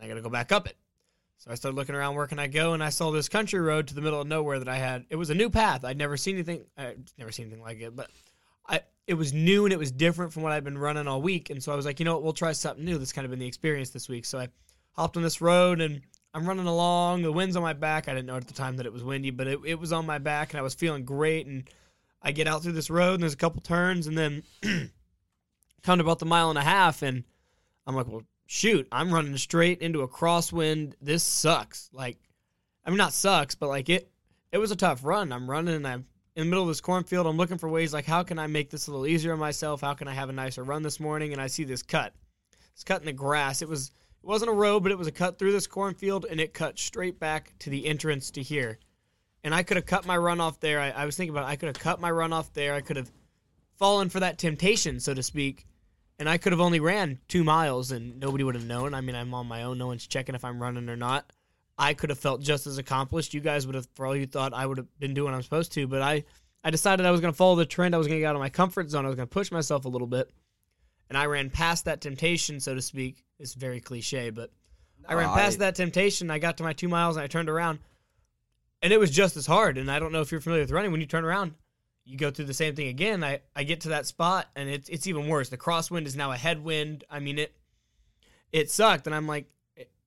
Speaker 3: I got to go back up it." So I started looking around where can I go, and I saw this country road to the middle of nowhere that I had. It was a new path. I'd never seen anything. I'd never seen anything like it, but I it was new and it was different from what I'd been running all week. And so I was like, you know what, we'll try something new. That's kind of been the experience this week. So I hopped on this road and I'm running along. The wind's on my back. I didn't know at the time that it was windy, but it, it was on my back, and I was feeling great. And I get out through this road, and there's a couple turns, and then come to about the mile and a half, and I'm like, well, shoot, I'm running straight into a crosswind. This sucks. Like, I mean, not sucks, but like it, it was a tough run. I'm running and I'm in the middle of this cornfield. I'm looking for ways like, how can I make this a little easier on myself? How can I have a nicer run this morning? And I see this cut. It's cut in the grass. It was, it wasn't a road, but it was a cut through this cornfield and it cut straight back to the entrance to here. And I could have cut my run off there. I, I was thinking about it. I could have cut my run off there. I could have fallen for that temptation, so to speak and I could have only ran two miles and nobody would have known. I mean, I'm on my own. No one's checking if I'm running or not. I could have felt just as accomplished. You guys would have, for all you thought, I would have been doing what I'm supposed to. But I, I decided I was going to follow the trend. I was going to get out of my comfort zone. I was going to push myself a little bit. And I ran past that temptation, so to speak. It's very cliche, but I ran past that temptation. I got to my two miles and I turned around. And it was just as hard. And I don't know if you're familiar with running. When you turn around, you go through the same thing again. I, I get to that spot and it's it's even worse. The crosswind is now a headwind. I mean it it sucked and I'm like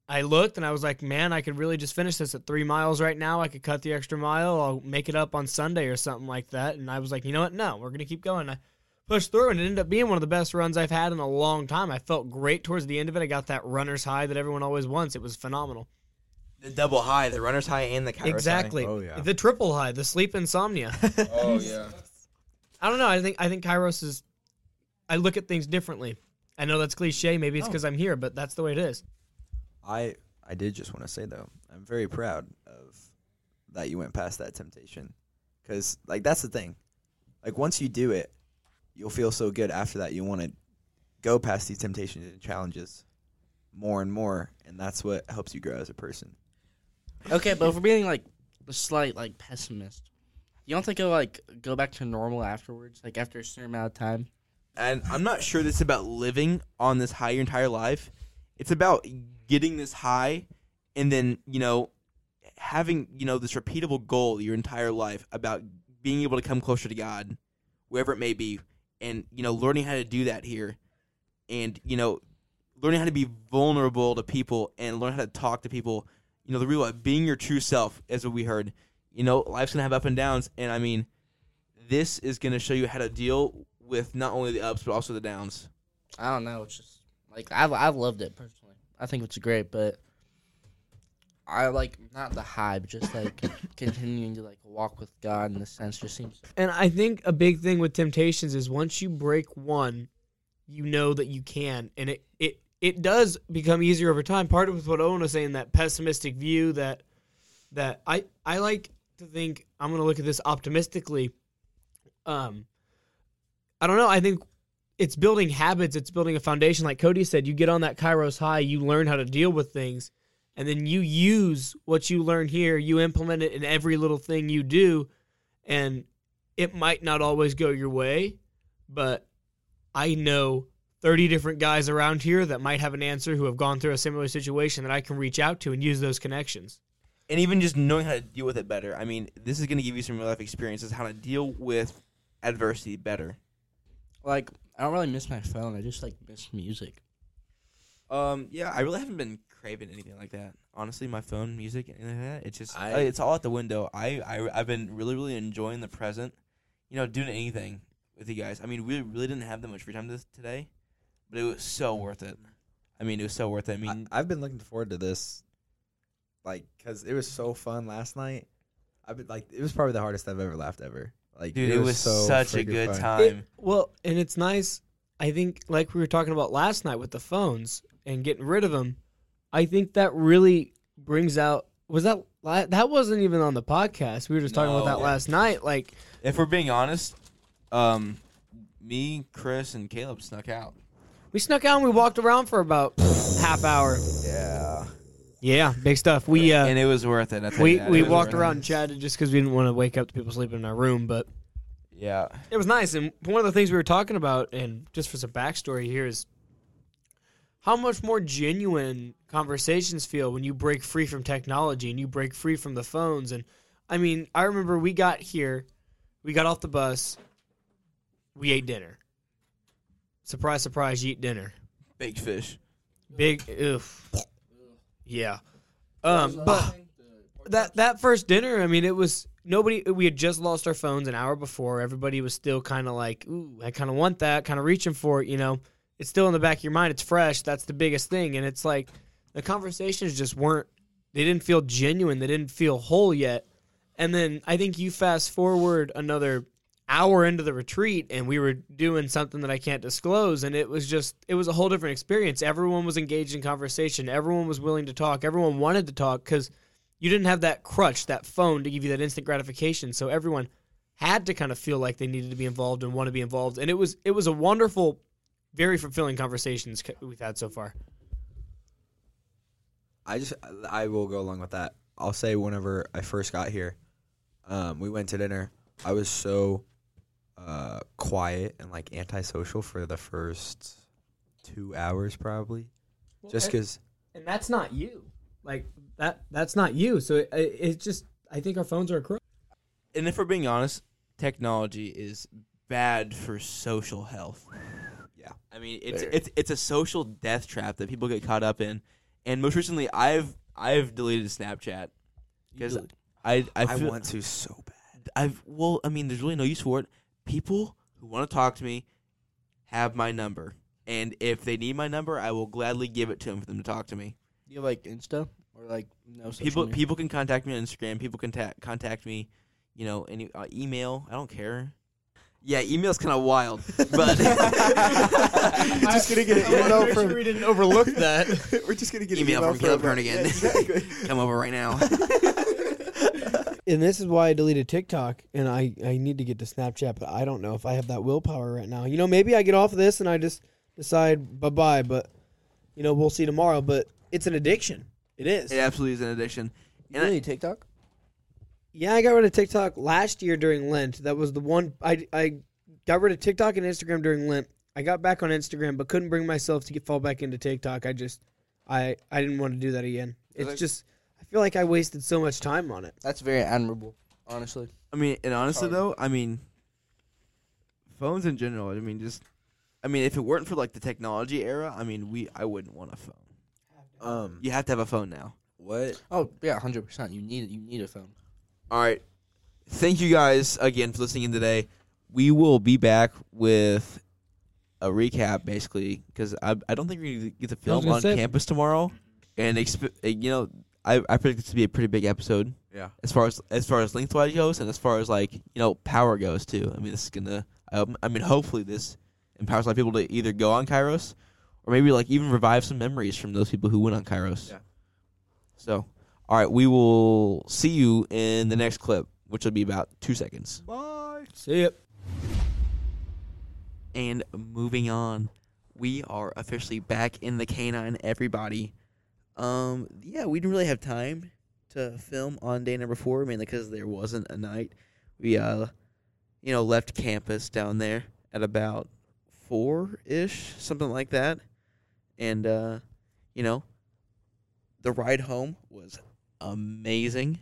Speaker 3: I looked and I was like, man, I could really just finish this at three miles right now. I could cut the extra mile. I'll make it up on Sunday or something like that. And I was like, you know what? No, we're gonna keep going. I pushed through and it ended up being one of the best runs I've had in a long time. I felt great towards the end of it. I got that runner's high that everyone always wants. It was phenomenal.
Speaker 1: The double high, the runner's high, and the Kairos
Speaker 3: Exactly.
Speaker 2: Oh, yeah.
Speaker 3: The triple high, the sleep insomnia.
Speaker 8: Oh yeah.
Speaker 3: I don't know. I think I think Kairos is. I look at things differently. I know that's cliche. Maybe it's because I'm here, but that's the way it is.
Speaker 2: I I did just want to say though, I'm very proud of that you went past that temptation, because like that's the thing, like once you do it, you'll feel so good after that you want to go past these temptations and challenges more and more, and that's what helps you grow as a person.
Speaker 8: Okay, but if we're being like a slight like pessimist, you don't think it'll like go back to normal afterwards? Like after a certain amount of time?
Speaker 1: and I'm not sure this is about living on this high your entire life. It's about getting this high and then, you know, having, you know, this repeatable goal your entire life about being able to come closer to God, wherever it may be, and, you know, learning how to do that here and, you know, learning how to be vulnerable to people and learn how to talk to people. You know, the real life, being your true self, as what we heard. You know, life's going to have up and downs. And I mean, this is going to show you how to deal with not only the ups but also the downs.
Speaker 8: I don't know. It's just like I've I've loved it personally. I think it's great, but I like not the high, but just like continuing to like walk with God in the sense just seems
Speaker 3: And I think a big thing with temptations is once you break one, you know that you can, and it it it does become easier over time. Part of what Owen was saying that pessimistic view that that I I like to think I'm going to look at this optimistically. Um, I don't know. I think it's building habits. It's building a foundation. Like Cody said, you get on that Kairos high, you learn how to deal with things, and then you use what you learn here. You implement it in every little thing you do, and it might not always go your way, but I know 30 different guys around here that might have an answer who have gone through a similar situation that I can reach out to and use those connections.
Speaker 1: and even just knowing how to deal with it better. I mean, this is going to give you some real life experiences how to deal with adversity better.
Speaker 8: Like I don't really miss my phone. I just like miss music.
Speaker 1: Um, yeah, I really haven't been craving anything like that. Honestly, my phone, music, anything like that, it's just uh,
Speaker 2: I-
Speaker 1: it's all out the window. I, I I've been really really enjoying the present. You know, doing anything with you guys. I mean, we really didn't have that much free time this today, but it was so worth it. I mean, it was so worth it. I mean,
Speaker 2: I, have been looking forward to this, like, cause it was so fun last night. I've been like, it was probably the hardest I've ever laughed ever. Like,
Speaker 1: dude, it, was,
Speaker 2: so
Speaker 1: such a
Speaker 2: friggin'
Speaker 1: good
Speaker 2: fun.
Speaker 1: time.
Speaker 3: It- well, and it's nice. I think, like we were talking about last night with the phones and getting rid of them, I think that really brings out. Was that la- that wasn't even on the podcast? We were just talking about
Speaker 1: No.
Speaker 3: that last night. Like,
Speaker 1: if we're being honest, um, me, Chris, and Caleb snuck out.
Speaker 3: we snuck out and we walked around for about half hour.
Speaker 2: Yeah.
Speaker 3: Yeah, big stuff. We uh,
Speaker 1: and it was worth it. I tell you
Speaker 3: we
Speaker 1: that. It
Speaker 3: we
Speaker 1: was
Speaker 3: walked
Speaker 1: worth it.
Speaker 3: around and chatted just because we didn't want to wake up the people sleeping in our room, but
Speaker 1: Yeah,
Speaker 3: it was nice. And one of the things we were talking about, and just for some backstory here, is how much more genuine conversations feel when you break free from technology and you break free from the phones. And I mean, I remember we got here, we got off the bus, we ate dinner. Surprise, surprise, you eat dinner.
Speaker 1: big fish.
Speaker 3: Big, oof. Yeah. Um, but that that first dinner, I mean, it was nobody. We had just lost our phones an hour before. Everybody was still kind of like, "Ooh, I kind of want that," kind of reaching for it. You know, it's still in the back of your mind. It's fresh. That's the biggest thing. And it's like the conversations just weren't. They didn't feel genuine. They didn't feel whole yet. And then I think you fast forward another hour into the retreat, and we were doing something that I can't disclose. And it was just, it was a whole different experience. Everyone was engaged in conversation. Everyone was willing to talk. Everyone wanted to talk because you didn't have that crutch, that phone to give you that instant gratification. So everyone had to kind of feel like they needed to be involved and want to be involved. And it was it was a wonderful, very fulfilling conversations c- we've had so far.
Speaker 2: I just I will go along with that. I'll say whenever I first got here, um, we went to dinner. I was so uh, quiet and like antisocial for the first two hours probably, just because.
Speaker 3: and that's not you. Like that that's not you. So it, it's just I think our phones are a crutch.
Speaker 1: And if we're being honest, technology is bad for social health.
Speaker 2: Yeah.
Speaker 1: I mean it's it's it's a social death trap that people get caught up in. And most recently, I've I've deleted Snapchat because I I,
Speaker 2: I
Speaker 1: feel,
Speaker 2: want to so bad.
Speaker 1: I've well, I mean, there's really no use for it. People who want to talk to me have my number, and if they need my number, I will gladly give it to them for them to talk to me.
Speaker 8: You have like Insta or like no social
Speaker 1: people
Speaker 8: media?
Speaker 1: people can contact me on Instagram. People can ta- contact me, you know, any uh, email. I don't care. Yeah, email's kind of wild, but
Speaker 2: Just gonna get an email from.
Speaker 3: we didn't overlook that.
Speaker 2: We're just gonna get an
Speaker 1: Email from Caleb
Speaker 2: Yeah,
Speaker 1: Kernigan.
Speaker 2: exactly.
Speaker 1: come over right now.
Speaker 7: and this is why I deleted TikTok and I, I need to get to Snapchat, but I don't know if I have that willpower right now. You know, maybe I get off of this and I just decide bye bye, but you know, we'll see tomorrow. But it's an addiction. It is.
Speaker 1: it absolutely is an addiction.
Speaker 8: You
Speaker 1: And I-
Speaker 8: really TikTok?
Speaker 7: Yeah, I got rid of TikTok last year during Lent. That was the one I I got rid of TikTok and Instagram during Lent. I got back on Instagram, but couldn't bring myself to get fall back into TikTok. I just I I didn't want to do that again. It's
Speaker 8: like-
Speaker 7: just I feel like I wasted so much time on it.
Speaker 8: That's very admirable, honestly.
Speaker 1: I mean, and honestly
Speaker 8: Sorry.
Speaker 1: though, I mean, phones in general. I mean, just, I mean, if it weren't for like the technology era, I mean, we, I wouldn't want a phone.
Speaker 2: Um,
Speaker 1: You have to have a phone now.
Speaker 2: what?
Speaker 8: Oh yeah, hundred percent. You need you need a phone.
Speaker 1: All right, thank you guys again for listening in today. We will be back with a recap, basically, because I, I don't think we're gonna get the film
Speaker 7: gonna
Speaker 1: on
Speaker 7: say-
Speaker 1: campus tomorrow, and exp- uh, you know, I, I predict this to be a pretty big episode
Speaker 2: Yeah.
Speaker 1: as far as as far as lengthwise goes, and as far as like you know power goes too. I mean, this is gonna. Um, I mean, hopefully this empowers a lot of people to either go on Kairos or maybe like even revive some memories from those people who went on Kairos.
Speaker 2: Yeah.
Speaker 1: So, all right, we will see you in the next clip, which will be about two seconds.
Speaker 2: Bye.
Speaker 7: See ya.
Speaker 1: And moving on, we are officially back in the canine, everybody. Um, yeah, we didn't really have time to film on day number four, mainly because there wasn't a night. We, uh, you know, left campus down there at about four ish, something like that. And, uh, you know, the ride home was amazing.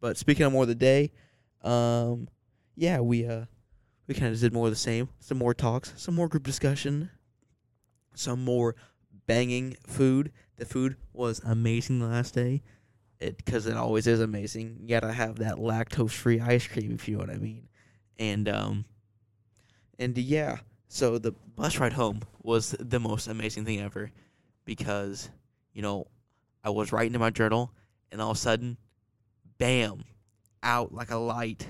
Speaker 1: But speaking of more of the day, um, yeah, we, uh, we kind of did more of the same. Some more talks, some more group discussion, some more banging food. The food was amazing the last day, it because it always is amazing. You gotta have that lactose free ice cream if you know what I mean. And um, and yeah, so the bus ride home was the most amazing thing ever because you know I was writing in my journal and all of a sudden, bam, out like a light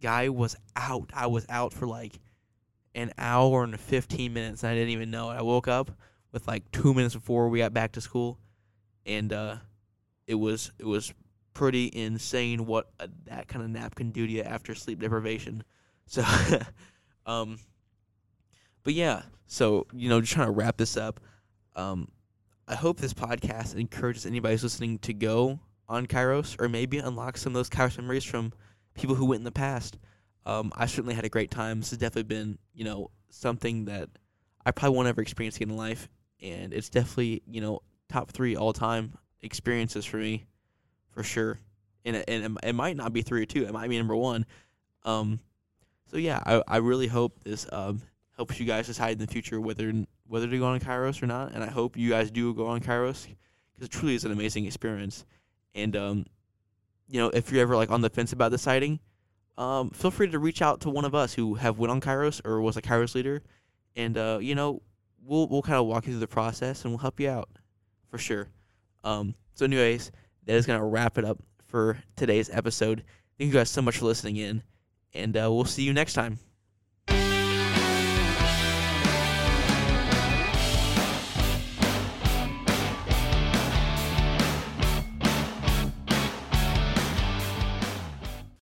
Speaker 1: guy was out. I was out for like an hour and 15 minutes. And I didn't even know it. I woke up with like two minutes before we got back to school, and uh, it was it was pretty insane what uh that kind of nap can do to you after sleep deprivation. So, um, but yeah, so you know, just trying to wrap this up. Um, I hope this podcast encourages anybody who's listening to go on Kairos or maybe unlock some of those Kairos memories from people who went in the past. Um, I certainly had a great time. This has definitely been, you know, something that I probably won't ever experience again in life, and it's definitely, you know, top three all time experiences for me, for sure. And it- and it- it might not be three or two. It might be number one. Um, so yeah, I, I really hope this um, helps you guys decide in the future whether whether to go on Kairos or not. And I hope you guys do go on Kairos because it truly is an amazing experience. And um, you know, if you're ever like on the fence about deciding, um, feel free to reach out to one of us who have went on Kairos or was a Kairos leader, and uh, you know, we'll we'll kind of walk you through the process and we'll help you out for sure. Um, so, anyways, that is gonna wrap it up for today's episode. Thank you guys so much for listening in, and uh, we'll see you next time.